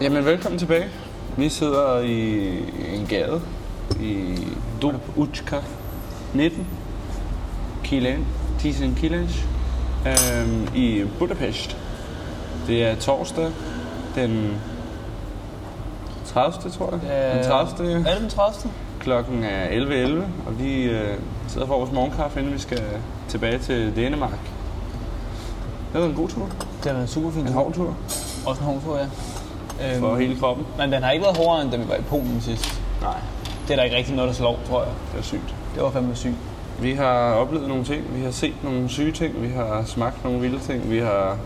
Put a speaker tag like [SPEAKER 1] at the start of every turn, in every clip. [SPEAKER 1] Jamen, velkommen tilbage. Vi sidder i en gade i Dobutjka 19, Kilan, Tisen Kilanj, øhm, i Budapest. Det er torsdag den 30. tror jeg. Den 30.
[SPEAKER 2] Er det den 30.
[SPEAKER 1] Klokken er 11.11, og vi øh, sidder for vores morgenkaffe, inden vi skal tilbage til Danemark. Det har været en god tur.
[SPEAKER 2] Det har været en super fin
[SPEAKER 1] En
[SPEAKER 2] tur.
[SPEAKER 1] hård tur
[SPEAKER 2] Også en hård tur, ja. Øhm,
[SPEAKER 1] for hele kroppen.
[SPEAKER 2] men den har ikke været hårdere, end da vi var i Polen sidst.
[SPEAKER 1] Nej,
[SPEAKER 2] Det er der ikke rigtig noget, der slår, tror jeg.
[SPEAKER 1] det er sygt.
[SPEAKER 2] Det var fandme sygt.
[SPEAKER 1] Vi har oplevet nogle ting, vi har set nogle syge ting, vi har smagt nogle vilde ting, vi har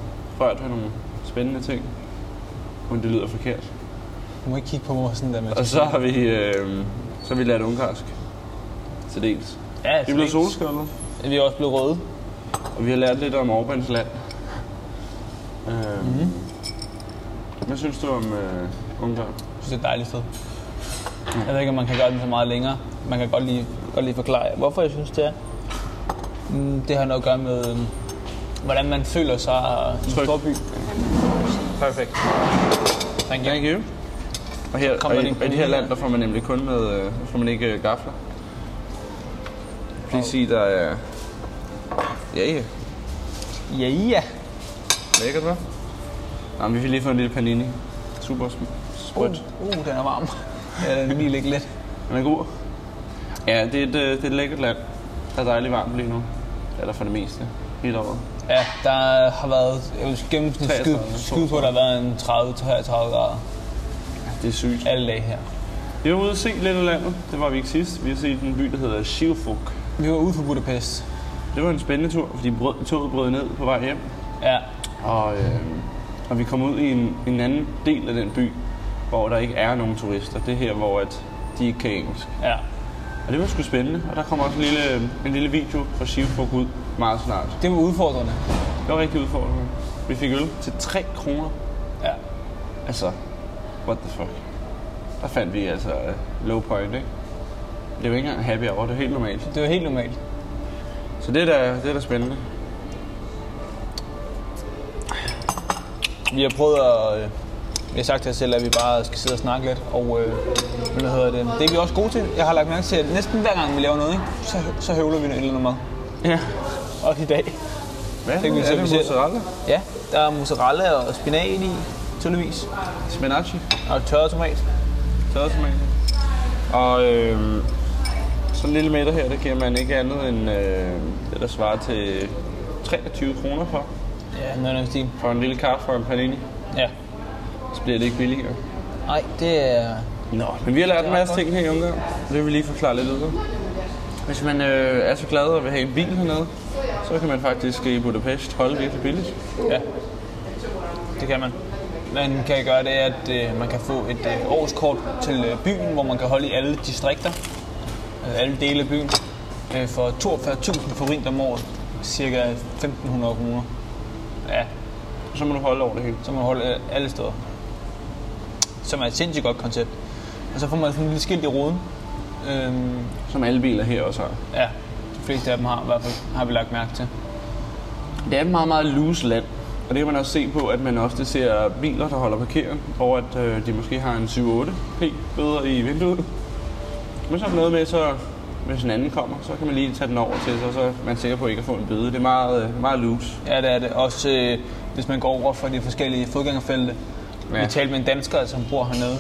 [SPEAKER 1] rørt ved nogle spændende ting. Men det lyder forkert.
[SPEAKER 2] Du må ikke kigge på mig sådan der med...
[SPEAKER 1] Og så har vi, øh, så har vi lært ungarsk. Til dels.
[SPEAKER 2] Ja,
[SPEAKER 1] Vi
[SPEAKER 2] så
[SPEAKER 1] er blevet
[SPEAKER 2] det-
[SPEAKER 1] solskålet,
[SPEAKER 2] Vi er også blevet røde.
[SPEAKER 1] og vi har lært lidt om Orbans land. Øh, mm-hmm. Hvad synes du om øh, Ungarn?
[SPEAKER 2] Jeg synes, det er et dejligt sted. Jeg ved ikke, om man kan gøre den så meget længere. Man kan godt lige, godt lige forklare, hvorfor jeg synes, det er. Mm, Det har noget at gøre med, øhm, hvordan man føler sig i en
[SPEAKER 1] Tryg.
[SPEAKER 2] stor by. Perfekt. Thank you.
[SPEAKER 1] Thank you. Og her,
[SPEAKER 2] Kom
[SPEAKER 1] og
[SPEAKER 2] med
[SPEAKER 1] i,
[SPEAKER 2] din
[SPEAKER 1] i det her
[SPEAKER 2] kniv.
[SPEAKER 1] land, der får man nemlig kun med, øh, får man ikke øh, gafler. Please sige, der er... Ja, ja.
[SPEAKER 2] Ja, ja.
[SPEAKER 1] Lækkert, hva'? Nå, men vi fik lige fået en lille panini. Super sm-
[SPEAKER 2] Uh,
[SPEAKER 1] sprødt.
[SPEAKER 2] uh, den er varm. Ja, den lige ligge lidt.
[SPEAKER 1] Den er god. Ja, det er, et, øh, det er et lækkert land. Der er dejligt varmt lige nu. Eller for det meste. Helt over.
[SPEAKER 2] Ja, der har været, jeg vil gennemsnit skyde,
[SPEAKER 1] 33,
[SPEAKER 2] skyde på, at der har været en 30-33 grader
[SPEAKER 1] Det er sygt.
[SPEAKER 2] alle dage her.
[SPEAKER 1] Vi var ude at se lidt af landet. Det var vi ikke sidst. Vi har set en by, der hedder Sivfuk.
[SPEAKER 2] Vi var ude for Budapest.
[SPEAKER 1] Det var en spændende tur, fordi brød, toget brød ned på vej hjem.
[SPEAKER 2] Ja,
[SPEAKER 1] Og, øh, og vi kom ud i en, en anden del af den by, hvor der ikke er nogen turister. Det er her, hvor at de ikke kan engelsk.
[SPEAKER 2] ja.
[SPEAKER 1] Og det var sgu spændende. Og der kommer også en lille, en lille video fra Sivfug ud meget snart.
[SPEAKER 2] Det var udfordrende.
[SPEAKER 1] Det var rigtig udfordrende. Vi fik øl til 3 kroner.
[SPEAKER 2] Ja.
[SPEAKER 1] Altså, what the fuck. Der fandt vi altså øh, low point, ikke? Det var ikke engang happy hour, det var helt normalt.
[SPEAKER 2] Det var helt normalt.
[SPEAKER 1] Så det er da, det er da spændende.
[SPEAKER 2] Vi har prøvet at... øh, Vi har sagt til os selv, at vi bare skal sidde og snakke lidt, og øh, hvad hedder det? Det er vi også gode til. Jeg har lagt mærke til, at næsten hver gang vi laver noget, ikke? Så, så høvler vi noget eller noget mad.
[SPEAKER 1] Ja.
[SPEAKER 2] Også i dag.
[SPEAKER 1] Hvad
[SPEAKER 2] Det kan vi
[SPEAKER 1] er
[SPEAKER 2] selv
[SPEAKER 1] det
[SPEAKER 2] bestille.
[SPEAKER 1] mozzarella?
[SPEAKER 2] Ja, der er mozzarella og spinat i, tydeligvis.
[SPEAKER 1] Spinaci.
[SPEAKER 2] Og tørret tomat.
[SPEAKER 1] Tørretomater. Og øh, sådan en lille middag her, der giver man ikke andet end øh, det, der svarer til 23 kroner for.
[SPEAKER 2] Ja, noget af den stil.
[SPEAKER 1] For en lille kaffe og en panini.
[SPEAKER 2] Ja.
[SPEAKER 1] Så bliver det ikke billigere.
[SPEAKER 2] Nej, det er...
[SPEAKER 1] Nå, men vi har lært en masse ting her i Ungarn. Det vil vi lige forklare lidt videre. Hvis man øh, er så glad og vil have en bil hernede, så kan man faktisk i Budapest holde virkelig billigt.
[SPEAKER 2] Ja, det kan man. Man kan gøre det, at øh, man kan få et øh, årskort til øh, byen, hvor man kan holde i alle distrikter, øh, alle dele af byen, øh, for 42.000 forint om året, cirka 1.500 kroner. Ja,
[SPEAKER 1] Så må du holde over det hele.
[SPEAKER 2] så man holder øh, alle steder. Som er et sindssygt godt koncept. Og så får man sådan en lille skilt i roden. Øhm,
[SPEAKER 1] Som alle biler her også har.
[SPEAKER 2] ja, de fleste af dem har, i hvert fald, har vi lagt mærke til.
[SPEAKER 1] Det er et meget, meget loose land. Og det kan man også se på, at man ofte ser biler, der holder parkeret, hvor at, øh, de måske har en 7-8 p-bøder i vinduet. Men så er der noget med, så hvis en anden kommer, så kan man lige tage den over til sig, så er man sikker på ikke at få en bøde. Det er meget, øh, meget loose.
[SPEAKER 2] Ja, det er det. Også øh, hvis man går over for de forskellige fodgængerfelte.
[SPEAKER 1] Ja.
[SPEAKER 2] Ja. Vi talte med en dansker, som bor hernede,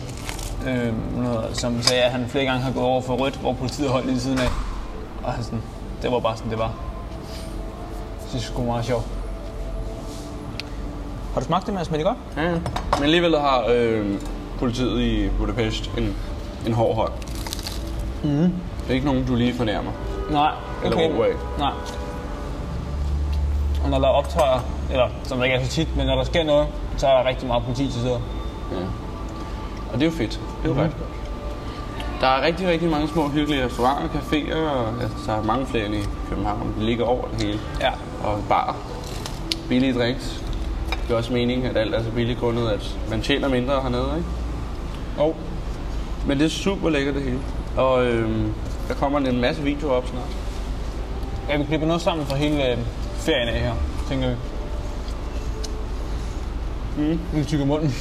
[SPEAKER 2] øh, noget, som sagde, at han flere gange har gået over for rødt, hvor politiet holdt lige ved siden af. Og han sådan, det var bare sådan, det var. Jeg synes, det er sgu meget sjovt. Har du smagt det, Mads? Smager det godt?
[SPEAKER 1] Ja. ja. Men alligevel har øh, politiet i Budapest en, en hård hånd. Mm. Det er ikke nogen, du lige fornærmer.
[SPEAKER 2] Nej.
[SPEAKER 1] Eller ro af.
[SPEAKER 2] Nej. Og når der er optøjer, eller som der ikke er så tit, men når der sker noget, så er der rigtig meget politi til stede.
[SPEAKER 1] Ja. Og det er jo fedt. Det er jo mm. ret godt. Der er rigtig, rigtig mange små hyggelige restauranter, caféer, og altså, der er mange flere end i København. Det ligger over det hele.
[SPEAKER 2] Ja.
[SPEAKER 1] Og bar. Billige drinks. Det er også meningen, at alt er så billigt grundet, at man tjener mindre hernede, ikke?
[SPEAKER 2] Og
[SPEAKER 1] Men det er super lækkert det hele. Og øhm, der kommer en masse videoer op snart.
[SPEAKER 2] Ja, vi klipper noget sammen for hele øh, ferien af her, tænker vi. Mm. Nu tykker munden.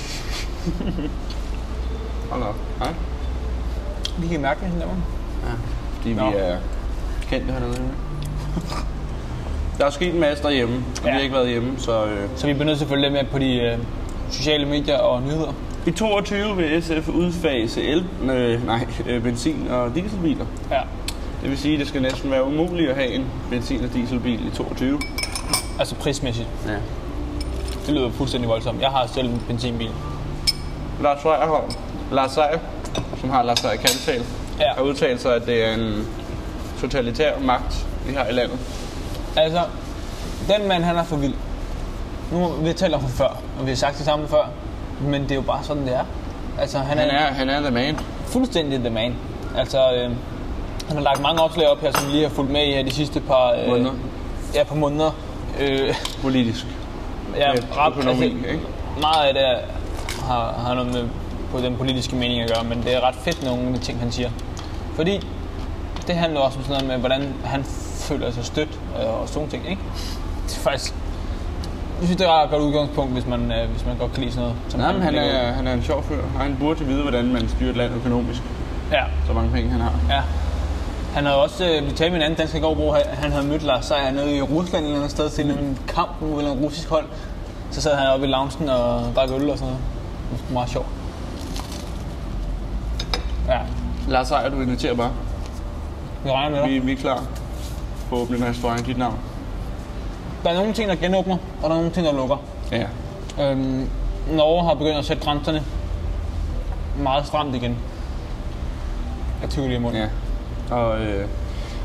[SPEAKER 1] Hold da op. Hej.
[SPEAKER 2] Vi kan mærke med hinanden.
[SPEAKER 1] Ja. Fordi
[SPEAKER 2] Nå.
[SPEAKER 1] vi er kendte hernede. ikke? Der er sket en masse derhjemme, og ja. vi
[SPEAKER 2] Ja.
[SPEAKER 1] har ikke været hjemme, så... Øh,
[SPEAKER 2] Så vi bliver nødt til at følge lidt med på de øh, sociale medier og nyheder.
[SPEAKER 1] I 22 vil SF udfase el, øh, nej, øh, benzin- og dieselbiler.
[SPEAKER 2] Ja.
[SPEAKER 1] Det vil sige, at det skal næsten være umuligt at have en benzin- og dieselbil i 22.
[SPEAKER 2] Altså prismæssigt.
[SPEAKER 1] Ja.
[SPEAKER 2] Det lyder fuldstændig voldsomt. Jeg har selv en benzinbil.
[SPEAKER 1] Lars Seierholm, Lars Seier, som har Lars Seier Kantal,
[SPEAKER 2] Ja.
[SPEAKER 1] har udtalt sig, at det er en totalitær magt, vi har i landet.
[SPEAKER 2] Altså, den mand han er for vild. Nu har vi talt om ham før, og vi har sagt det samme før. Men det er jo bare sådan, det er. Altså, han,
[SPEAKER 1] Han er, han er the man.
[SPEAKER 2] fuldstændig the man. Altså, øh, han har lagt mange opslag op her, som vi lige har fulgt med i her de sidste par... Øh,
[SPEAKER 1] Måneder.
[SPEAKER 2] Ja, par måneder. Øh,
[SPEAKER 1] Politisk.
[SPEAKER 2] ja,
[SPEAKER 1] Med
[SPEAKER 2] ret,
[SPEAKER 1] økonomi,
[SPEAKER 2] altså,
[SPEAKER 1] ikke?
[SPEAKER 2] Meget af det er- har, har noget med på den politiske mening at gøre, men det er ret fedt nogle af de ting, han siger. Fordi det handler også om sådan noget med, hvordan han føler sig stødt øh, og sådan nogle ting, ikke? Det er faktisk... Jeg synes, det er et ret godt udgangspunkt, hvis man, øh, hvis man godt kan lide sådan noget. Som
[SPEAKER 1] Nej, men han
[SPEAKER 2] lægger
[SPEAKER 1] er, han er en sjov fyr, og han burde vide, hvordan man styrer et land økonomisk.
[SPEAKER 2] ud. Ja,
[SPEAKER 1] Så mange penge han har.
[SPEAKER 2] Ja. Han havde også, øh, vi talte med en anden dansker i går, hvor han- han havde mødt Lars Seier nede i Rusland eller andet sted til en kamp mod en russisk hold. Så sad han oppe i loungen og drak øl og sådan noget. Det var sgu meget sjovt. Ja,
[SPEAKER 1] Lars Seier, du inviterer bare.
[SPEAKER 2] vi regner med
[SPEAKER 1] Vi,
[SPEAKER 2] dig.
[SPEAKER 1] vi er klar på at åbne en restaurant i dit navn.
[SPEAKER 2] Der er nogle ting, der genåbner, og der er nogle ting, der lukker.
[SPEAKER 1] Ja.
[SPEAKER 2] Øhm, Norge har begyndt at sætte grænserne meget stramt igen. Jeg tykker lige i munden.
[SPEAKER 1] ja. Og, øh,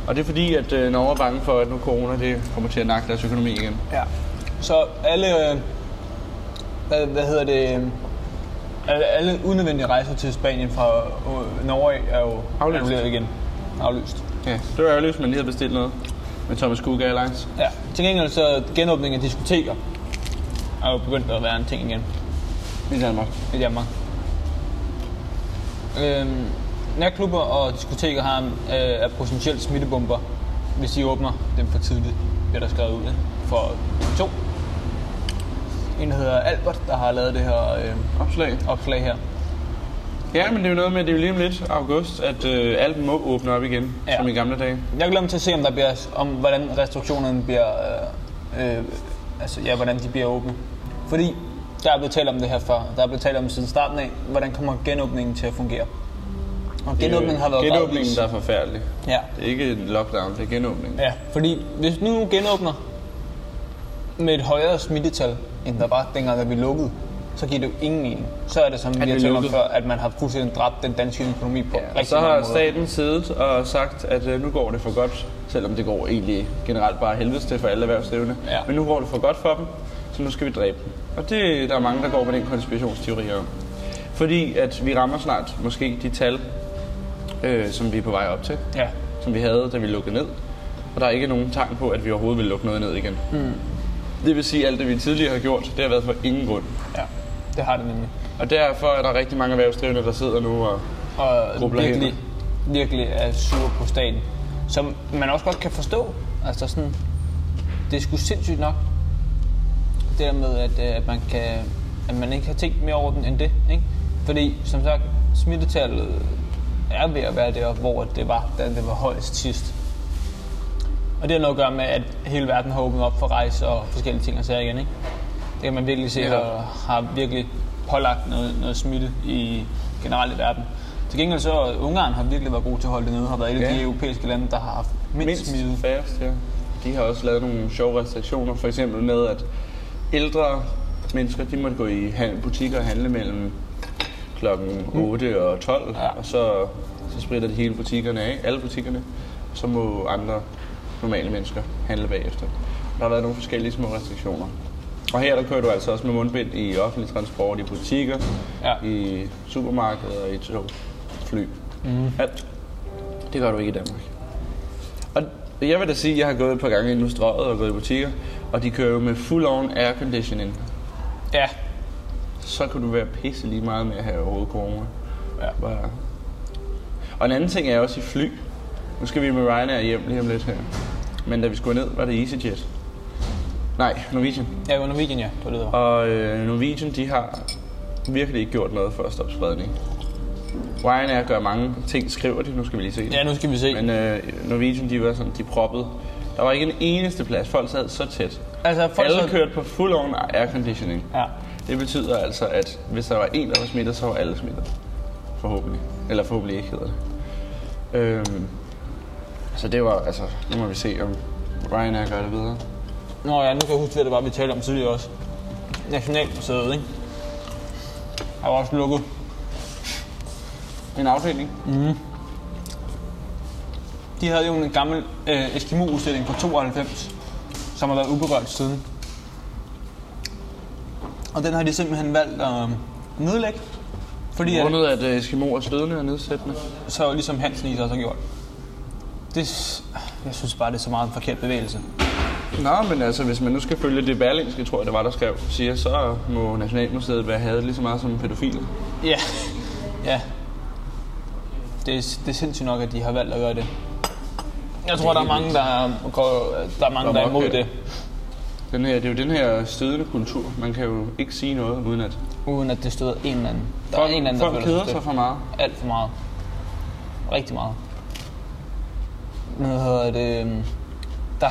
[SPEAKER 1] og det er fordi, at øh, Norge er bange for, at nu corona det kommer til at nakke deres økonomi igen.
[SPEAKER 2] Ja. Så alle, øh, hvad, hvad hedder det, øh, alle, alle unødvendige rejser til Spanien fra øh, Norge af er jo
[SPEAKER 1] Aflyst.
[SPEAKER 2] annulleret igen. Aflyst.
[SPEAKER 1] Ja. Det var ærgerligt, hvis man lige havde bestilt noget med Thomas Cook Airlines.
[SPEAKER 2] Ja. Til gengæld så genåbning af diskoteker er jo begyndt at være en ting igen
[SPEAKER 1] I Danmark.
[SPEAKER 2] i Danmark. Øhm, natklubber og diskoteker har, øh, er potentielt smittebomber, hvis de åbner dem for tidligt, bliver der skrevet ud ikke? for to. En der hedder Albert, der har lavet det her øh,
[SPEAKER 1] Opslag.
[SPEAKER 2] opslag her.
[SPEAKER 1] Ja, men det er jo noget med, at det er jo lige om lidt august, at øh, alt må åbne op igen, ja.
[SPEAKER 2] Ja.
[SPEAKER 1] som i gamle dage.
[SPEAKER 2] Jeg glæder mig til at se, om der bliver, om hvordan restriktionerne bliver, øh, øh, altså ja, hvordan de bliver åbne. Fordi der er blevet talt om det her før, der er blevet talt om siden starten af, hvordan kommer genåbningen til at fungere. Og genåbningen har været
[SPEAKER 1] Øh, Genåbningen,
[SPEAKER 2] gradvis.
[SPEAKER 1] der er forfærdelig.
[SPEAKER 2] Ja.
[SPEAKER 1] Det er ikke en lockdown, det er genåbningen.
[SPEAKER 2] ja, fordi hvis nu genåbner med et højere smittetal, end der var dengang, da vi lukkede, så giver det jo ingen mening. Så er det, som vi har
[SPEAKER 1] vi
[SPEAKER 2] talt om
[SPEAKER 1] lukkede.
[SPEAKER 2] før, at man har fuldstændig dræbt den danske økonomi på ja,
[SPEAKER 1] Og
[SPEAKER 2] rigtig
[SPEAKER 1] så
[SPEAKER 2] mange
[SPEAKER 1] har
[SPEAKER 2] måder.
[SPEAKER 1] staten siddet og sagt, at øh, nu går det for godt, selvom det går egentlig generelt bare helvedes til for alle erhvervsdrivende.
[SPEAKER 2] Ja.
[SPEAKER 1] Men nu går det for godt for dem, så nu skal vi dræbe dem. Og det, der er mange, der går med den konspirationsteori om. Fordi at vi rammer snart måske de tal, øh, som vi er på vej op til,
[SPEAKER 2] Ja,
[SPEAKER 1] som vi havde, da vi lukkede ned. Og der er ikke nogen tegn på, at vi overhovedet vil lukke noget ned igen. Mm. Det vil sige, at alt det, vi tidligere har gjort, det har været for ingen grund.
[SPEAKER 2] ja, det har det nemlig.
[SPEAKER 1] Og derfor er der rigtig mange erhvervsdrivende, der sidder nu og...
[SPEAKER 2] og
[SPEAKER 1] Grubler
[SPEAKER 2] virkelig, virkelig er sur på staten. Som man også godt kan forstå. Altså sådan, det er sgu sindssygt nok. Det der med, at, øh, at, man, kan, at man ikke har tænkt mere over den end det. Ikke? Fordi som sagt, smittetallet er ved at være der, hvor det var, da det var højst sidst. Og det har noget at gøre med, at hele verden har åbnet op for rejse og forskellige ting og sager igen. Ikke? Det kan man virkelig se
[SPEAKER 1] Netop.
[SPEAKER 2] har, har virkelig pålagt noget, noget smitte i generelt i verden. Til gengæld så Ungarn har virkelig været god til at holde det nede, har været et af
[SPEAKER 1] Ja.
[SPEAKER 2] de europæiske lande, der har haft mindst, mindst. smitte.
[SPEAKER 1] færrest, ja. De har også lavet nogle sjove restriktioner, for eksempel med, at ældre mennesker, de måtte gå i han- butikker og handle mellem klokken 8 og 12, ja.
[SPEAKER 2] Ja.
[SPEAKER 1] og så, så spritter de hele butikkerne af, alle butikkerne, og så må andre normale mennesker handle bagefter. Der har været nogle forskellige små restriktioner. Og her der kører du altså også med mundbind i offentlig transport, i butikker,
[SPEAKER 2] Ja.
[SPEAKER 1] i supermarkeder, i tog, fly. Mm. Alt. Det gør du ikke i Danmark. Og jeg vil da sige, at jeg har gået et par gange ind nu strøget og gået i butikker, og de kører jo med full-on airconditioning.
[SPEAKER 2] Ja.
[SPEAKER 1] Så kan du være pisse lige meget med at have overhovedet corona.
[SPEAKER 2] ja.
[SPEAKER 1] Bare... Og en anden ting er også i fly. Nu skal vi med Ryanair hjem lige om lidt her. Men da vi skulle ned, var det EasyJet. Nej, Norwegian.
[SPEAKER 2] Ja, under weekend, ja. Det var det, der var.
[SPEAKER 1] Og øh, Norwegian, de har virkelig ikke gjort noget for at stoppe spredning. Ryanair gør mange ting, skriver de. Nu skal vi lige se det.
[SPEAKER 2] Ja, nu skal vi se.
[SPEAKER 1] Men øh, Norwegian, de var sådan, de proppede. Der var ikke en eneste plads. Folk sad så tæt.
[SPEAKER 2] altså, folk
[SPEAKER 1] øh, alle
[SPEAKER 2] sad-
[SPEAKER 1] kørte på full-on airconditioning.
[SPEAKER 2] Ja.
[SPEAKER 1] Det betyder altså, at hvis der var en, der var smittet, så var alle smittet. Forhåbentlig. Eller forhåbentlig ikke hedder det. Øhm, så det var, altså, nu må vi se, om Ryanair gør det videre.
[SPEAKER 2] Nå ja, nu kan jeg huske, hvad det var, vi talte om tidligere også. Nationalmuseet, ikke? Der var også lukket.
[SPEAKER 1] En afdeling.
[SPEAKER 2] De havde jo en gammel øh, Eskimo-udstilling fra 92, som har været uberørt siden. Og den har de simpelthen valgt at nedlægge. Fordi at,
[SPEAKER 1] Grundet at øh, Eskimo er stødende og nedsættende.
[SPEAKER 2] så ligesom Hansen lige også har gjort. Det, s- jeg synes bare, det er så meget en forkert bevægelse.
[SPEAKER 1] Nå, men altså, hvis man nu skal følge det Berlingske, tror jeg, det var, der skrev, siger, så må Nationalmuseet være hadet lige så meget som pædofile.
[SPEAKER 2] Ja, ja. Det er, s- det er sindssygt nok, at de har valgt at gøre det. Jeg tror, der er mange, der, går, der, er, mange, der er imod det.
[SPEAKER 1] Den her, det er jo den her stødende kultur. Man kan jo ikke sige noget, uden at
[SPEAKER 2] Uden at det støder en eller anden. Der
[SPEAKER 1] folk,
[SPEAKER 2] er en eller anden, der
[SPEAKER 1] folk
[SPEAKER 2] føler
[SPEAKER 1] keder sig
[SPEAKER 2] stødt.
[SPEAKER 1] for meget.
[SPEAKER 2] Alt for meget. Rigtig meget. Nu hedder det... øhm, Der,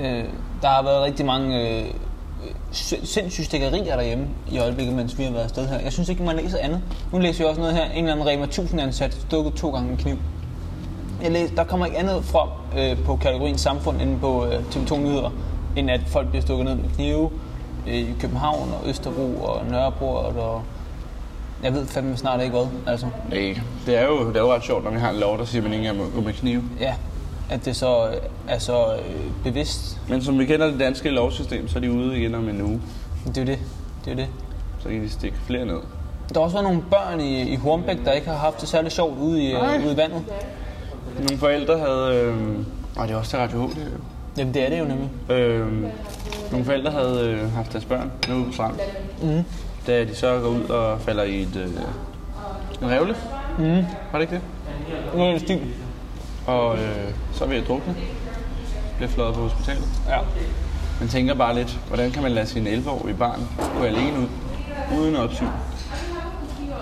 [SPEAKER 2] øh, der har været rigtig mange øh, sin- sindssyge stikkerier derhjemme i øjeblikket, mens vi har været afsted her. Jeg synes ikke, man læser andet. Nu læser jeg også noget her. En eller anden Rema 1000 ansat, stukket to gange med kniv. Jeg læser, der kommer ikke andet frem øh, på kategorien samfund end på øh, TV2 Nyheder, end at folk bliver stukket ned med knive øh, i København og Østerbro og Nørreport og jeg ved fandme snart ikke hvad, altså.
[SPEAKER 1] Nej, det er jo, det er jo ret sjovt, når vi har en lov, der siger, at man ikke engang må gå med knive.
[SPEAKER 2] Ja, at det så øh, er så øh, bevidst.
[SPEAKER 1] Men som vi kender det danske lovsystem, så er de ude igen om en uge.
[SPEAKER 2] Det er jo det. Det er jo det.
[SPEAKER 1] Så kan de stikke flere ned.
[SPEAKER 2] Der har også været nogle børn i, i Hornbæk, der ikke har haft det særlig sjovt ude i,
[SPEAKER 1] Nej.
[SPEAKER 2] øh, ude i vandet.
[SPEAKER 1] Nogle forældre havde... Øh, og det er også til Radio H, det er jo.
[SPEAKER 2] Jamen det er det jo nemlig.
[SPEAKER 1] Øh, nogle forældre havde øh, haft deres børn nu ude på stranden.
[SPEAKER 2] Mhm.
[SPEAKER 1] Da de så går ud og falder i et, øh, en revle.
[SPEAKER 2] Mm.
[SPEAKER 1] Var det ikke det?
[SPEAKER 2] Nu er det stil.
[SPEAKER 1] Og øh, så er vi at drukne. Bliver fløjet på hospitalet.
[SPEAKER 2] Ja.
[SPEAKER 1] Man tænker bare lidt, hvordan kan man lade sin 11-årige barn gå alene ud, uden opsyn?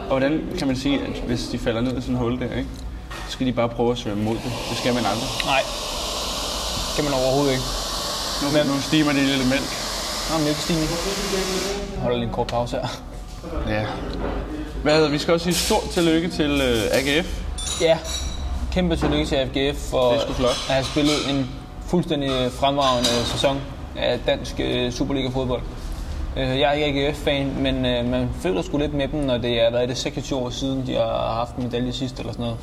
[SPEAKER 1] Og hvordan kan man sige, at hvis de falder ned i sådan et hul der, ikke? så skal de bare prøve at svømme mod det. Det skal man aldrig.
[SPEAKER 2] Nej. Skal man overhovedet ikke.
[SPEAKER 1] Nu, nu stimer det lidt mælk.
[SPEAKER 2] Nå, men ikke Stine. Jeg holder lige en kort pause her.
[SPEAKER 1] Ja. Hvad hedder, vi skal også sige stort tillykke til øh, AGF.
[SPEAKER 2] Ja. Kæmpe tillykke til AFGF for
[SPEAKER 1] Det er sgu flot.
[SPEAKER 2] at have spillet en fuldstændig fremragende sæson af dansk øh, Superliga-fodbold. Øh, Jeg er ikke AGF-fan, men øh, man føler sgu lidt med dem, når det er været det 26 år siden, de har haft en medalje sidst eller sådan noget.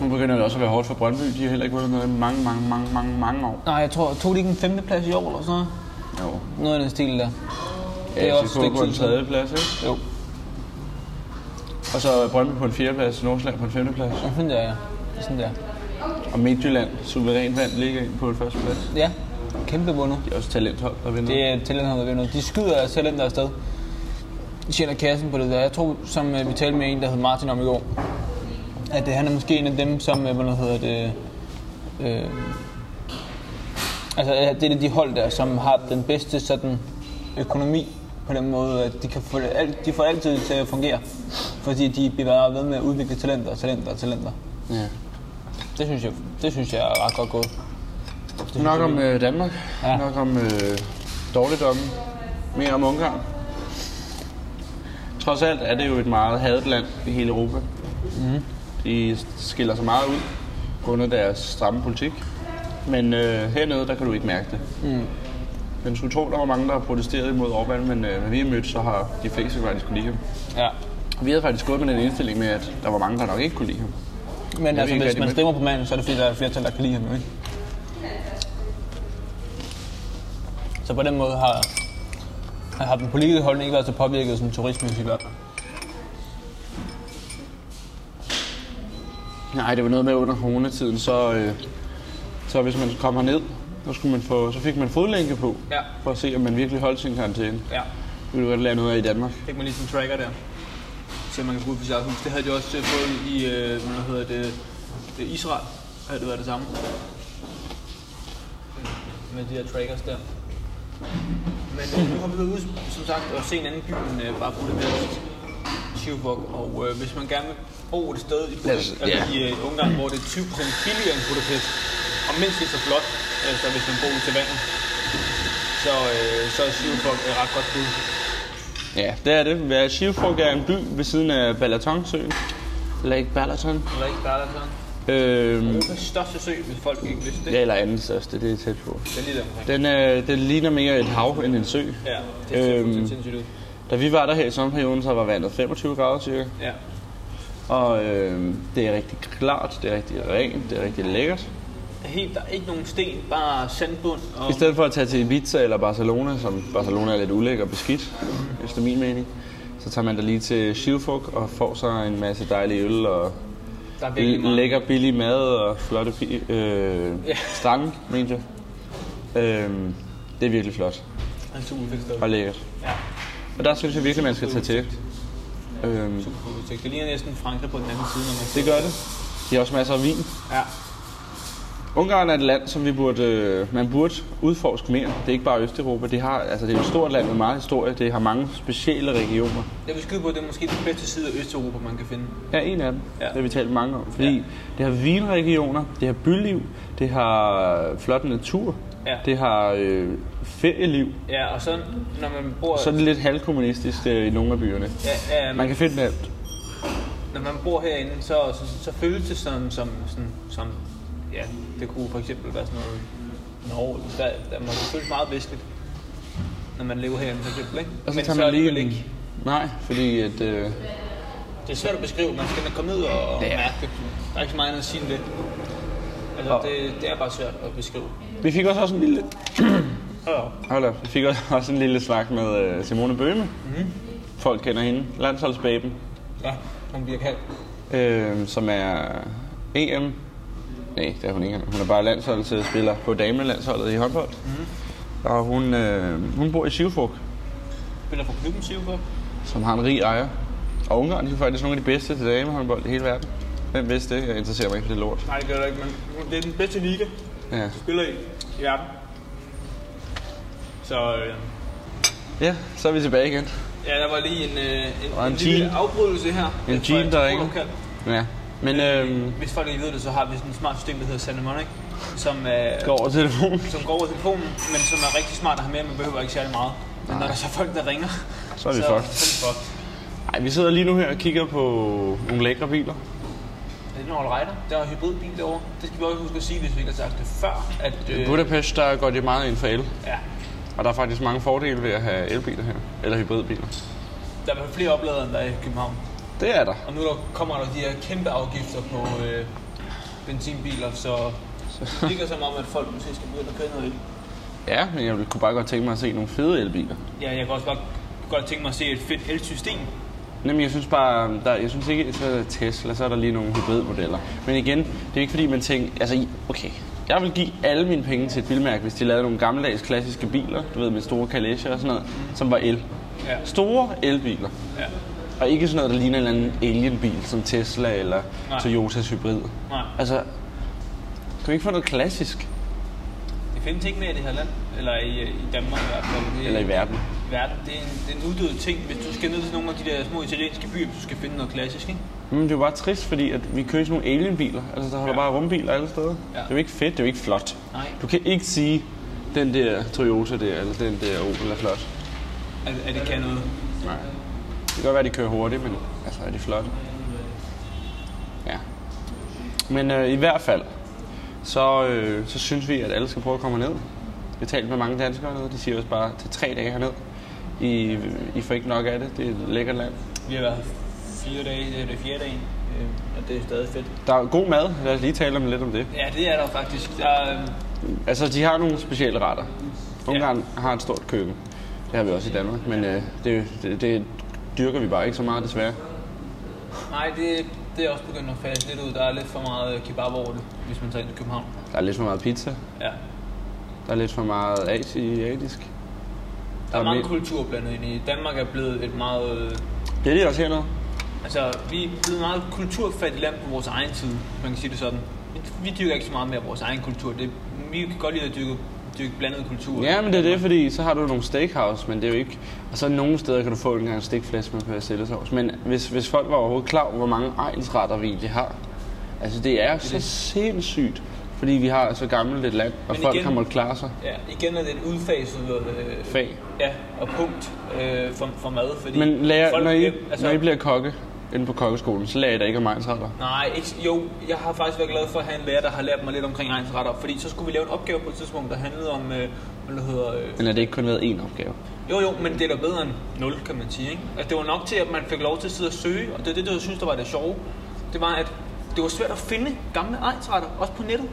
[SPEAKER 1] Nu begynder det også at være hårdt for Brøndby. De har heller ikke vundet noget i mange, mange, mange, mange, mange år.
[SPEAKER 2] Nej, jeg tror, tog de ikke en femteplads i år eller sådan noget?
[SPEAKER 1] Jo.
[SPEAKER 2] Noget af den stil der.
[SPEAKER 1] Det er
[SPEAKER 2] et
[SPEAKER 1] også
[SPEAKER 2] stykke
[SPEAKER 1] på en
[SPEAKER 2] tid siden.
[SPEAKER 1] tredje plads, ikke?
[SPEAKER 2] Jo,
[SPEAKER 1] Og så er Brøndby på en fjerde plads, Nordsjælland på en femte plads.
[SPEAKER 2] og sådan der, ja. Det er Sådan der.
[SPEAKER 1] Og Midtjylland suverænt vandt ligaen på en første plads.
[SPEAKER 2] Ja, kæmpe vundet.
[SPEAKER 1] Det er også talenthold, der vinder.
[SPEAKER 2] Det er talenterne, der vinder. De skyder af talenter afsted. De tjener kassen på det der. Jeg tror, som øh, vi talte med en, der hed Martin om i går, at øh, han er måske en af dem, som, øh, hvad hedder det, øh, altså at det er de hold der, som har den bedste sådan økonomi på den måde, at de, kan få, det alt, de får altid til at fungere, fordi de bliver bare ved med at udvikle talenter og talenter og talenter.
[SPEAKER 1] Ja.
[SPEAKER 2] Det synes jeg, det synes jeg er ret godt gået. Det
[SPEAKER 1] Nok
[SPEAKER 2] synes
[SPEAKER 1] om øh, Danmark.
[SPEAKER 2] Ja.
[SPEAKER 1] Ja. Nok om øh, dårligdomme. Mere om Ungarn. Trods alt er det jo et meget hadet land i hele Europa. Mm.
[SPEAKER 2] Mhm.
[SPEAKER 1] De skiller sig meget ud grundet deres stramme politik. Men øh, hernede, der kan du ikke mærke det.
[SPEAKER 2] Mm.
[SPEAKER 1] Men skulle tro, der var mange, der har protesteret imod Orbán, men øh, når vi har mødt, så har de fleste faktisk kunne lide ham.
[SPEAKER 2] jeg. Ja.
[SPEAKER 1] Vi havde faktisk gået med den indstilling med, at der var mange, der nok ikke kunne lide ham.
[SPEAKER 2] Men
[SPEAKER 1] Jeg
[SPEAKER 2] altså,
[SPEAKER 1] ved ikke,
[SPEAKER 2] hvis
[SPEAKER 1] hvad de
[SPEAKER 2] man
[SPEAKER 1] vil.
[SPEAKER 2] stemmer på manden, så er det fordi, der er et flertal, der kan lide ham, jo, ikke? Så på den måde har, har den politiske holdning ikke været så påvirket som turismen i hvert fald.
[SPEAKER 1] Nej, det var noget med under coronatiden, så, øh, så hvis man kom herned, så, skulle man få, så fik man fodlænke på,
[SPEAKER 2] Ja.
[SPEAKER 1] for at se, om man virkelig holdt sin karantæne.
[SPEAKER 2] Ja,
[SPEAKER 1] Det ville du godt lære noget af i Danmark.
[SPEAKER 2] fik man lige sådan en tracker der, så man kan bruge for sit hus. Det havde de også fået i, øh, hvad hedder det, Israel, havde det været det samme. Med de her trackers der. Men øh, nu har vi været ude, som sagt, og se en anden by end øh, bare Budapest, Chivbog. Og øh, hvis man gerne vil bo et sted i, Bud-
[SPEAKER 1] Lad os-
[SPEAKER 2] altså,
[SPEAKER 1] ja.
[SPEAKER 2] i øh, Ungarn, hvor det er 20% billigere end Budapest, og mindst lige så flot, altså hvis man bor ud til vandet, så, øh, så er Chivbog et ret godt bud.
[SPEAKER 1] Ja, det er det. Hvad Schivfrug er en by ved siden af Balatonsøen. Lake Balaton.
[SPEAKER 2] Eller ikke bare der sådan.
[SPEAKER 1] Øhm,
[SPEAKER 2] Europas største sø, hvis folk ikke vidste det.
[SPEAKER 1] ja, eller anden største, det er tæt på.
[SPEAKER 2] Den er lige der omkring.
[SPEAKER 1] Den, øh, den ligner mere et hav end en sø.
[SPEAKER 2] Ja, det ser
[SPEAKER 1] Øhm.
[SPEAKER 2] øhm. sindssygt ud.
[SPEAKER 1] Da vi var der her i sommerperioden, så var vandet 25 grader cirka.
[SPEAKER 2] Ja.
[SPEAKER 1] Og øh, det er rigtig klart, det er rigtig rent, det er rigtig lækkert.
[SPEAKER 2] Helt, der er ikke nogen sten, bare sandbund. Og
[SPEAKER 1] I stedet for at tage til Ibiza eller Barcelona, som Barcelona er lidt ulækker og beskidt, efter min mening, så tager man da lige til Schivfug og får sig en masse dejlig øl og
[SPEAKER 2] der er virkelig
[SPEAKER 1] l-
[SPEAKER 2] meget.
[SPEAKER 1] lækker billig mad og flotte pi- øh,
[SPEAKER 2] Ja.
[SPEAKER 1] strande, mener jeg. Øh, det er virkelig flot
[SPEAKER 2] Han tog fedt Altså, sted.
[SPEAKER 1] og lækkert.
[SPEAKER 2] Ja,
[SPEAKER 1] Og der synes jeg virkelig, man skal tage til. Øh,
[SPEAKER 2] super fed udsigt. Det ligner næsten Frankrig på den anden side, når man
[SPEAKER 1] det gør det. De har også masser af vin.
[SPEAKER 2] Ja.
[SPEAKER 1] Ungarn er et land, som vi burde, øh, man burde udforske mere. Det er ikke bare Østeuropa. Det, har, altså, det er et stort land med meget historie. Det har mange specielle regioner.
[SPEAKER 2] Jeg vil skyde på, at det er måske den bedste side af Østeuropa, man kan finde.
[SPEAKER 1] Ja, en af dem.
[SPEAKER 2] Ja.
[SPEAKER 1] Ja. Det har vi talt mange om. Fordi
[SPEAKER 2] Ja.
[SPEAKER 1] ja. det har vinregioner, det har byliv, det har øh, flot natur,
[SPEAKER 2] Ja.
[SPEAKER 1] det har øh, ferieliv.
[SPEAKER 2] Ja, og så når man bor...
[SPEAKER 1] Og så er det lidt halvkommunistisk øh, i nogle af byerne.
[SPEAKER 2] Ja, ja,
[SPEAKER 1] Man kan finde alt.
[SPEAKER 2] når man bor herinde, så, så, så føles det som, som, sådan, som, ja, det kunne for eksempel være sådan noget Norge, eller Sverige, der man føles meget vestligt, når man lever herinde for eksempel, ikke?
[SPEAKER 1] Og så
[SPEAKER 2] Men
[SPEAKER 1] tager man lige
[SPEAKER 2] alligevel
[SPEAKER 1] en...
[SPEAKER 2] ikke.
[SPEAKER 1] Nej, fordi at, øh,
[SPEAKER 2] Det er svært at beskrive, man skal komme ned og, og
[SPEAKER 1] Ja.
[SPEAKER 2] mærke det. Der er ikke så meget andet at sige end det. Altså,
[SPEAKER 1] Og-
[SPEAKER 2] det, det er bare svært at beskrive.
[SPEAKER 1] vi fik også, også en lille
[SPEAKER 2] Ja.
[SPEAKER 1] Hold op. Vi fik også- også en lille snak med øh, Simone Bøhme. Mm-hmm.
[SPEAKER 2] Mhm.
[SPEAKER 1] Folk kender hende. Landsholdsbaben,
[SPEAKER 2] ja, hun bliver kaldt.
[SPEAKER 1] øh, som er EM. Nej, det er hun ikke. engang. Hun er bare landsholdsspiller på damelandsholdet i håndbold. Mm-hmm. Og hun, øh, hun bor i Sivfug,
[SPEAKER 2] Spiller for klubben Sivko.
[SPEAKER 1] som har en rig ejer. Og Ungarn, de er faktisk nogle af de bedste til damehåndbold i hele verden. Hvem vidste det? Jeg interesserer mig ikke for det lort.
[SPEAKER 2] Nej, det gør det ikke, men hun- det er den bedste liga,
[SPEAKER 1] Ja.
[SPEAKER 2] spiller i i verden. Så øh,
[SPEAKER 1] ja, så er vi tilbage igen.
[SPEAKER 2] Ja, der var lige en, øh, en,
[SPEAKER 1] Og
[SPEAKER 2] en,
[SPEAKER 1] en
[SPEAKER 2] en lille
[SPEAKER 1] jean.
[SPEAKER 2] afbrydelse her.
[SPEAKER 1] En
[SPEAKER 2] fra
[SPEAKER 1] jean, der ikke-
[SPEAKER 2] telefonopkald.
[SPEAKER 1] Ja. Men øh,
[SPEAKER 2] Hvis folk ikke ved det, så har vi sådan et smart system, der hedder Sanemonic, som, øh,
[SPEAKER 1] går over telefonen,
[SPEAKER 2] som går over telefonen, men som er rigtig smart at have med. Man behøver ikke særlig meget. Men når der er så folk, der ringer,
[SPEAKER 1] så er vi
[SPEAKER 2] så,
[SPEAKER 1] fucked.
[SPEAKER 2] så er vi fucked.
[SPEAKER 1] Ej, vi sidder lige nu her og kigger på nogle lækre biler.
[SPEAKER 2] Er det en All Rider? Der er hybridbil derovre. Det skal vi også huske at sige, hvis vi ikke har sagt det før. At, øh,
[SPEAKER 1] I Budapest, der går det meget ind for el.
[SPEAKER 2] ja,
[SPEAKER 1] Og der er faktisk mange fordele ved at have elbiler her. Eller hybridbiler.
[SPEAKER 2] der er i hvert fald flere opladere, end der er i København.
[SPEAKER 1] Det er der.
[SPEAKER 2] Og nu der kommer der de her kæmpe afgifter på øh, benzinbiler, så det ligger som om, at folk måske skal begynde at købe noget el.
[SPEAKER 1] Ja, men jeg ville- kunne bare godt tænke mig at se nogle fede elbiler.
[SPEAKER 2] Ja, jeg kan også bare godt tænke mig at se et fedt elsystem.
[SPEAKER 1] Jamen, jeg synes bare, der, jeg synes ikke, så Tesla, så er der lige nogle hybridmodeller. Men igen, det er ikke fordi, man tænker, altså, i- okay, jeg vil give alle mine penge til et bilmærke, hvis de lavede nogle gammeldags klassiske biler, du ved, med store kalesjer og sådan noget, som var el.
[SPEAKER 2] Ja.
[SPEAKER 1] Store elbiler.
[SPEAKER 2] Ja.
[SPEAKER 1] Og ikke sådan noget, der ligner en eller anden alienbil, som Tesla eller
[SPEAKER 2] Nej.
[SPEAKER 1] Toyotas hybrid.
[SPEAKER 2] Nej,
[SPEAKER 1] Altså, kan vi ikke få noget klassisk?
[SPEAKER 2] det findes ikke mere i det her land, eller i, øh, i Danmark i hvert fald. Det, er-
[SPEAKER 1] Eller i verden?
[SPEAKER 2] verden. Det er, en, det er en uddød ting, hvis du skal ned til nogle af de der små italienske byer, hvis du skal finde noget klassisk, ikke?
[SPEAKER 1] Men Mm, det er jo bare trist, fordi at vi kører i sådan nogle alienbiler. Altså, der holder
[SPEAKER 2] Ja.
[SPEAKER 1] ja. bare rumbiler alle steder. Ja.
[SPEAKER 2] Ja.
[SPEAKER 1] Det er jo ikke fedt, det er jo ikke flot.
[SPEAKER 2] Nej.
[SPEAKER 1] Du kan ikke sige, den der Toyota der, eller den der Opel er flot.
[SPEAKER 2] At, at det kan noget.
[SPEAKER 1] Nej. Det kan godt være, de kører hurtigt, men altså, er de flotte? Ja. Men øh, i hvert fald, så, øh, så synes vi, at alle skal prøve at komme ned. Vi har talt med mange danskere nede, de siger også bare til tre dage herned. I, I får ikke nok af det, det er et lækkert land.
[SPEAKER 2] Vi har været her fire dage, det er det fjerde dagen, øh, og det er stadig fedt.
[SPEAKER 1] Der er god mad, lad os lige tale om lidt om det.
[SPEAKER 2] Ja, det er der faktisk. Der, er, øh,
[SPEAKER 1] Altså, de har nogle specielle retter. Ungarn ja. har et stort køkken. Det har vi også i Danmark, men øh, det, det, det dyrker vi bare ikke så meget, desværre.
[SPEAKER 2] nej, det, det er også begyndt at falde lidt ud. Der er lidt for meget øh, kebab over det, hvis man tager ind til København.
[SPEAKER 1] Der er lidt for meget pizza.
[SPEAKER 2] Ja.
[SPEAKER 1] Der er lidt for meget asiatisk.
[SPEAKER 2] Der er mange
[SPEAKER 1] me-
[SPEAKER 2] kulturer blandet ind i. Danmark er blevet et meget øh,
[SPEAKER 1] Det er det også hernede.
[SPEAKER 2] Altså, vi er blevet meget kulturfattigt land på vores egen tid, hvis man kan sige det sådan. Vi dyrker ikke så meget mere vores egen kultur. Det, vi kan godt lide at dyrke dyrke blandet kultur.
[SPEAKER 1] Ja, men det er det, fordi så har du nogle steakhouse, men det er jo ikke... Og så nogle steder kan du få en gang stikflæsk med persillesovs. Men hvis, hvis folk var overhovedet klar over, hvor mange egensretter vi egentlig har. Altså, det er så sindssygt, fordi vi har så gammelt et land, og
[SPEAKER 2] Men
[SPEAKER 1] folk
[SPEAKER 2] igen-
[SPEAKER 1] har måttet klare sig.
[SPEAKER 2] Ja, igen er det et udfaset øh,
[SPEAKER 1] Fag.
[SPEAKER 2] Ja, og punkt øh, for, for mad, fordi
[SPEAKER 1] Men lærer,
[SPEAKER 2] folk-
[SPEAKER 1] når, I,
[SPEAKER 2] øh, altså,
[SPEAKER 1] når I bliver kokke inde på kokkeskolen, så lærer I da ikke om egensretter.
[SPEAKER 2] Nej, ikke, jo, jeg har faktisk været glad for at have en lærer, der har lært mig lidt omkring egensretter, fordi så skulle vi lave en opgave på et tidspunkt, der handlede om, øh, hvad det hedder, øh,
[SPEAKER 1] Men er det ikke kun været én opgave?
[SPEAKER 2] Jo, jo, men det er da bedre end 0, kan man sige. Ikke? Altså, det var nok til, at man fik lov til at sidde og søge, og det er det, jeg synes, der var det sjove. Det var, at det var svært at finde gamle egnsretter, også på nettet.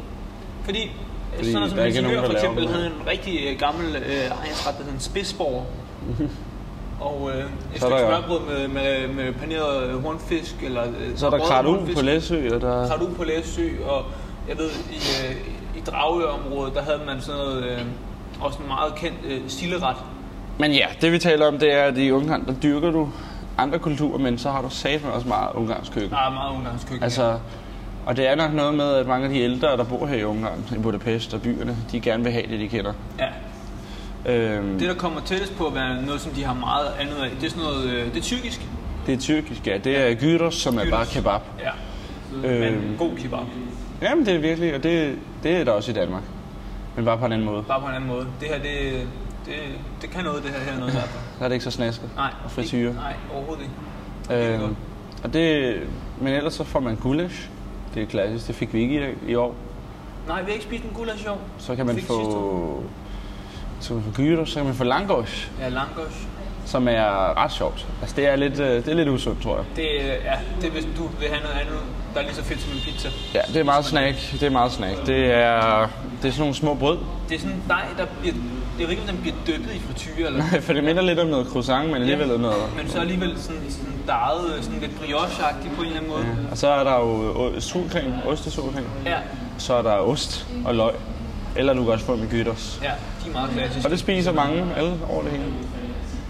[SPEAKER 1] Fordi
[SPEAKER 2] Fordi, Fordi sådan noget som
[SPEAKER 1] der er ikke
[SPEAKER 2] Helsingør
[SPEAKER 1] nogen,
[SPEAKER 2] for
[SPEAKER 1] der laver
[SPEAKER 2] eksempel
[SPEAKER 1] dem.
[SPEAKER 2] havde en rigtig øh, gammel øh, egnsret, der hed en spidsborger. og øh, et
[SPEAKER 1] Så er
[SPEAKER 2] stykke
[SPEAKER 1] der jo-
[SPEAKER 2] smørbrød med, med, med paneret øh, hornfisk. Eller, øh,
[SPEAKER 1] Så er der
[SPEAKER 2] røget
[SPEAKER 1] krat
[SPEAKER 2] hornfisk.
[SPEAKER 1] på Læsø, og der...
[SPEAKER 2] Krat ud på Læsø, og jeg ved, i, øh, i Dragø-området, der havde man sådan noget, øh, også en meget kendt øh, silleret,
[SPEAKER 1] Men ja, det vi taler om, det er, at i Ungarn, der dyrker du andre kulturer, men så har du satme også meget ungarsk køkken.
[SPEAKER 2] Der er Ah, meget ungdomskøkken. ja.
[SPEAKER 1] Altså, og det er nok noget med, at mange af de ældre, der bor her i Ungarn, i Budapest og byerne, de gerne vil have det, de kender.
[SPEAKER 2] ja.
[SPEAKER 1] Øhm,
[SPEAKER 2] Det,
[SPEAKER 1] det,
[SPEAKER 2] der kommer tættest på at være noget, som de har meget andet af, det er sådan noget, øh, det er tyrkisk.
[SPEAKER 1] det er tyrkisk, ja. Det er gyros, som er
[SPEAKER 2] Gyros.
[SPEAKER 1] bare kebab.
[SPEAKER 2] Ja.
[SPEAKER 1] Øhm.
[SPEAKER 2] Men god kebab.
[SPEAKER 1] Jamen, det er virkelig, og det, det er der også i Danmark. Men bare på en anden måde.
[SPEAKER 2] Bare på en anden måde. Det her, det, det, det kan noget, det her her noget derfor.
[SPEAKER 1] Så er det ikke så snasket.
[SPEAKER 2] Nej.
[SPEAKER 1] Og frityre.
[SPEAKER 2] ikke- Nej, overhovedet ikke.
[SPEAKER 1] Øhm, og det, men ellers så får man gulasch. Det er klassisk. Det fik vi ikke i, dag- i år.
[SPEAKER 2] Nej, vi har ikke spist en gulasch i år.
[SPEAKER 1] Så kan man
[SPEAKER 2] Fik det sidste år.
[SPEAKER 1] få... Så kan man få gyros, så kan man få langos,
[SPEAKER 2] Ja, langos.
[SPEAKER 1] som er ret sjovt. Altså, det er lidt, øh, det er lidt usundt, tror jeg.
[SPEAKER 2] Det, øh, ja, det er, hvis du vil have noget andet, der er lige så fedt som en pizza.
[SPEAKER 1] Ja, det er meget snack. Det er meget snack. Det er, det er sådan nogle små brød.
[SPEAKER 2] Det er sådan en dej, der bliver... Det er jo ikke, om den bliver dyppet i frityre eller
[SPEAKER 1] For det minder lidt om noget croissant, men alligevel er noget.
[SPEAKER 2] Men så alligevel sådan, sådan dejet, øh, sådan lidt brioche-agtigt på en eller anden måde.
[SPEAKER 1] Og så er der jo o- solcreme, ostesolcreme.
[SPEAKER 2] Ja,
[SPEAKER 1] Så er der ost og løg. Eller du kan også få med gyros.
[SPEAKER 2] ja, de er meget klassiske.
[SPEAKER 1] Og det spiser mange alle over det hele.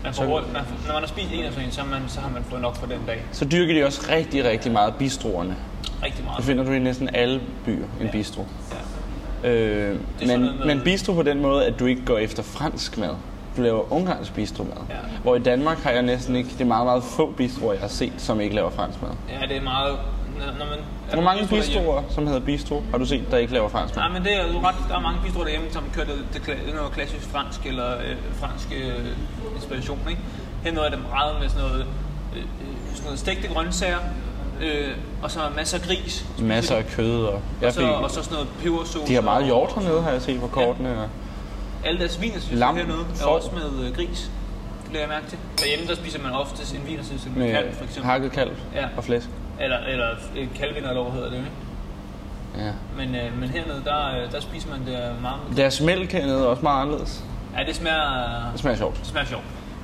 [SPEAKER 2] Man får råd, man, får- når man har spist en af sådan en, så, er man, så har man fået nok for den dag.
[SPEAKER 1] Så dyrker de også rigtig, rigtig meget bistroerne.
[SPEAKER 2] Rigtig meget.
[SPEAKER 1] Det finder du i næsten alle byer, en bistro.
[SPEAKER 2] Ja.
[SPEAKER 1] Øh,
[SPEAKER 2] sådan
[SPEAKER 1] men,
[SPEAKER 2] noget med-
[SPEAKER 1] men bistro på den måde, at du ikke går efter fransk mad. Du laver ungarsk bistromad.
[SPEAKER 2] Ja.
[SPEAKER 1] Hvor i Danmark har jeg næsten ikke... Det er meget, meget få bistroer, jeg har set, som ikke laver fransk mad.
[SPEAKER 2] ja, det er meget... Når når man,
[SPEAKER 1] Hvor mange
[SPEAKER 2] derhjemme-
[SPEAKER 1] bistroer, som hedder bistro, har du set, der ikke laver fransk mad?
[SPEAKER 2] Nej, men det er jo ret, der er mange bistroer derhjemme, som kører det, det, kla- noget klassisk fransk eller øh, fransk øh, inspiration, ikke? Her noget af dem meget med sådan noget, øh, øh, sådan noget stegte grøntsager, øh, og så masser af gris,
[SPEAKER 1] Masser af kød og...
[SPEAKER 2] og
[SPEAKER 1] Jeg
[SPEAKER 2] så,
[SPEAKER 1] fik,
[SPEAKER 2] og så sådan noget pebersauce.
[SPEAKER 1] de har meget
[SPEAKER 2] og-
[SPEAKER 1] hjort hernede, har jeg set på kortene. Og,
[SPEAKER 2] Alle deres vinersyssel
[SPEAKER 1] Lam,
[SPEAKER 2] hernede er
[SPEAKER 1] får.
[SPEAKER 2] også med øh, gris. Det lægger jeg mærke til. Derhjemme der spiser man oftest en vinersyssel med,
[SPEAKER 1] med
[SPEAKER 2] kalv, for eksempel.
[SPEAKER 1] hakket kalv
[SPEAKER 2] Ja.
[SPEAKER 1] og flæsk.
[SPEAKER 2] Eller, eller øh, kalvinderlov hedder det, ikke?
[SPEAKER 1] Ja.
[SPEAKER 2] Men, øh, men hernede, der, øh, der spiser man det meget. med-
[SPEAKER 1] Deres mælk hernede er også meget anderledes.
[SPEAKER 2] Ja, det smager,
[SPEAKER 1] Det smager sjovt.
[SPEAKER 2] det smager sjovt.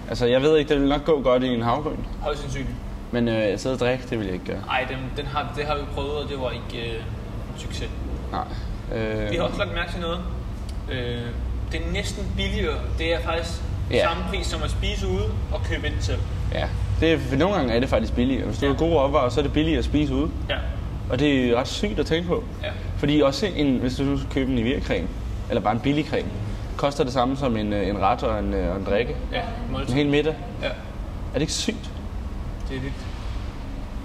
[SPEAKER 1] Altså, jeg ved ikke, det vil nok gå godt i en havgrøn.
[SPEAKER 2] Højst sandsynligt.
[SPEAKER 1] Men øh, jeg sidder og drikke, det vil jeg ikke gøre.
[SPEAKER 2] Ej, den, den har, det har vi prøvet, og det var ikke øh, en succes.
[SPEAKER 1] Nej.
[SPEAKER 2] Vi har
[SPEAKER 1] Øh,
[SPEAKER 2] også lagt mærke til noget. Øh, det er næsten billigere. Det er faktisk
[SPEAKER 1] Ja.
[SPEAKER 2] samme pris som at spise ude og købe ind til.
[SPEAKER 1] ja. Det, er- for nogle gange er det faktisk billigere. Hvis du har gode opvarer, så er det billigere at spise ude.
[SPEAKER 2] Ja.
[SPEAKER 1] Og det er ret sygt at tænke på.
[SPEAKER 2] ja.
[SPEAKER 1] Fordi også en, hvis du skal købe en Nivea-creme, eller bare en billig creme, koster det samme som en, øh, en ret og en, øh, og en drikke.
[SPEAKER 2] Ja,
[SPEAKER 1] En
[SPEAKER 2] måltid.
[SPEAKER 1] hel middag.
[SPEAKER 2] Ja,
[SPEAKER 1] Er det ikke sygt?
[SPEAKER 2] det er vildt.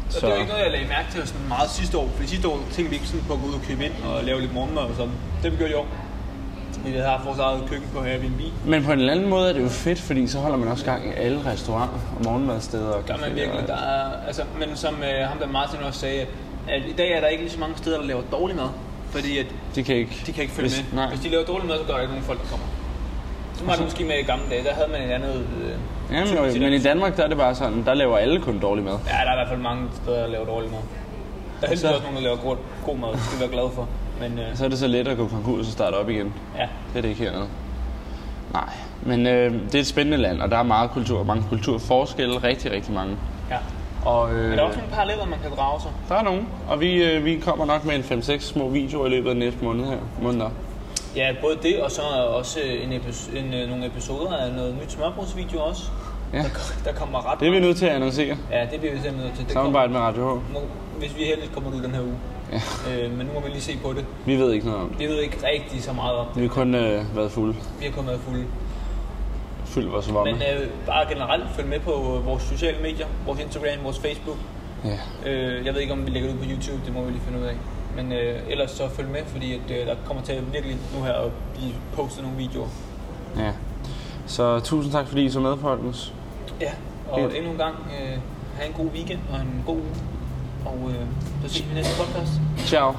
[SPEAKER 2] Og
[SPEAKER 1] Så-
[SPEAKER 2] det er jo ikke noget, jeg lagde mærke til sådan meget sidste år, for sidste år tænkte vi ikke sådan på at gå ud og købe ind og lave lidt morgenmad og sådan. Det har vi gjort i år. Vi har vores eget køkken på Airbnb.
[SPEAKER 1] Men på en eller anden måde er det jo fedt, fordi så holder man også gang i alle restauranter og morgenmadsteder. Og
[SPEAKER 2] Gør man
[SPEAKER 1] caféer.
[SPEAKER 2] virkelig. Der er, altså, men som øh, ham der Martin også sagde, at, at i dag er der ikke lige så mange steder, der laver dårlig mad. Fordi at
[SPEAKER 1] De kan ikke,
[SPEAKER 2] de kan ikke følge
[SPEAKER 1] hvis,
[SPEAKER 2] med.
[SPEAKER 1] Nej. Altså-
[SPEAKER 2] Hvis de laver dårlig mad, så gør der ikke nogen folk, der kommer. Så var det måske med i gamle dage, der havde man et andet... Øh,
[SPEAKER 1] Jamen, jo, men i Danmark der er det bare sådan, der laver alle kun dårlig mad.
[SPEAKER 2] ja, der er i hvert fald mange steder, der laver dårlig mad. Der er heldigvis også nogen, der laver god, god mad, det skal vi være glade for. Men øh,
[SPEAKER 1] Så er det så let at gå konkurs og starte op igen.
[SPEAKER 2] ja,
[SPEAKER 1] Det er det ikke hernede. Nej, men øh, det er et spændende land, og der er meget kultur, mange kulturforskelle, rigtig, rigtig mange.
[SPEAKER 2] ja.
[SPEAKER 1] Og, øh,
[SPEAKER 2] Men der er også nogle paralleller, man kan drage sig.
[SPEAKER 1] der er nogen, og vi, øh, vi kommer nok med en 5-6 små videoer i løbet af næste måned her. Måneder.
[SPEAKER 2] Ja, både det, og så også en epis- en, øh, nogle episoder af noget nyt smørbrugsvideo også.
[SPEAKER 1] Ja.
[SPEAKER 2] Der, kom- der kommer ret
[SPEAKER 1] Det er vi
[SPEAKER 2] mange.
[SPEAKER 1] nødt til at annoncere.
[SPEAKER 2] Ja, det bliver vi simpelthen nødt til. Det
[SPEAKER 1] Samarbejde med Radio H.
[SPEAKER 2] kommer- må- Hvis vi heldigvis kommer det ud den her uge. Ja. Øh, men nu må vi lige se på det.
[SPEAKER 1] Vi ved ikke noget om det.
[SPEAKER 2] Vi ved ikke rigtig så meget om det.
[SPEAKER 1] Vi har kun øh, været fulde.
[SPEAKER 2] Vi har kun været fulde.
[SPEAKER 1] Fyldt vores vomme.
[SPEAKER 2] Men øh, bare generelt følg med på øh, vores sociale medier, vores Instagram, vores Facebook.
[SPEAKER 1] Ja.
[SPEAKER 2] Øh, jeg ved ikke, om vi lægger det ud på YouTube, det må vi lige finde ud af. Men øh, ellers så følg med, fordi at, øh, der kommer til at virkelig nu her at blive postet nogle videoer.
[SPEAKER 1] ja. Så tusind tak, fordi I så med, folkens.
[SPEAKER 2] Ja, og
[SPEAKER 1] Det-
[SPEAKER 2] endnu en gang, øh, have en god weekend og en god uge. Og øh, så ses vi i næste podcast.
[SPEAKER 1] Ciao.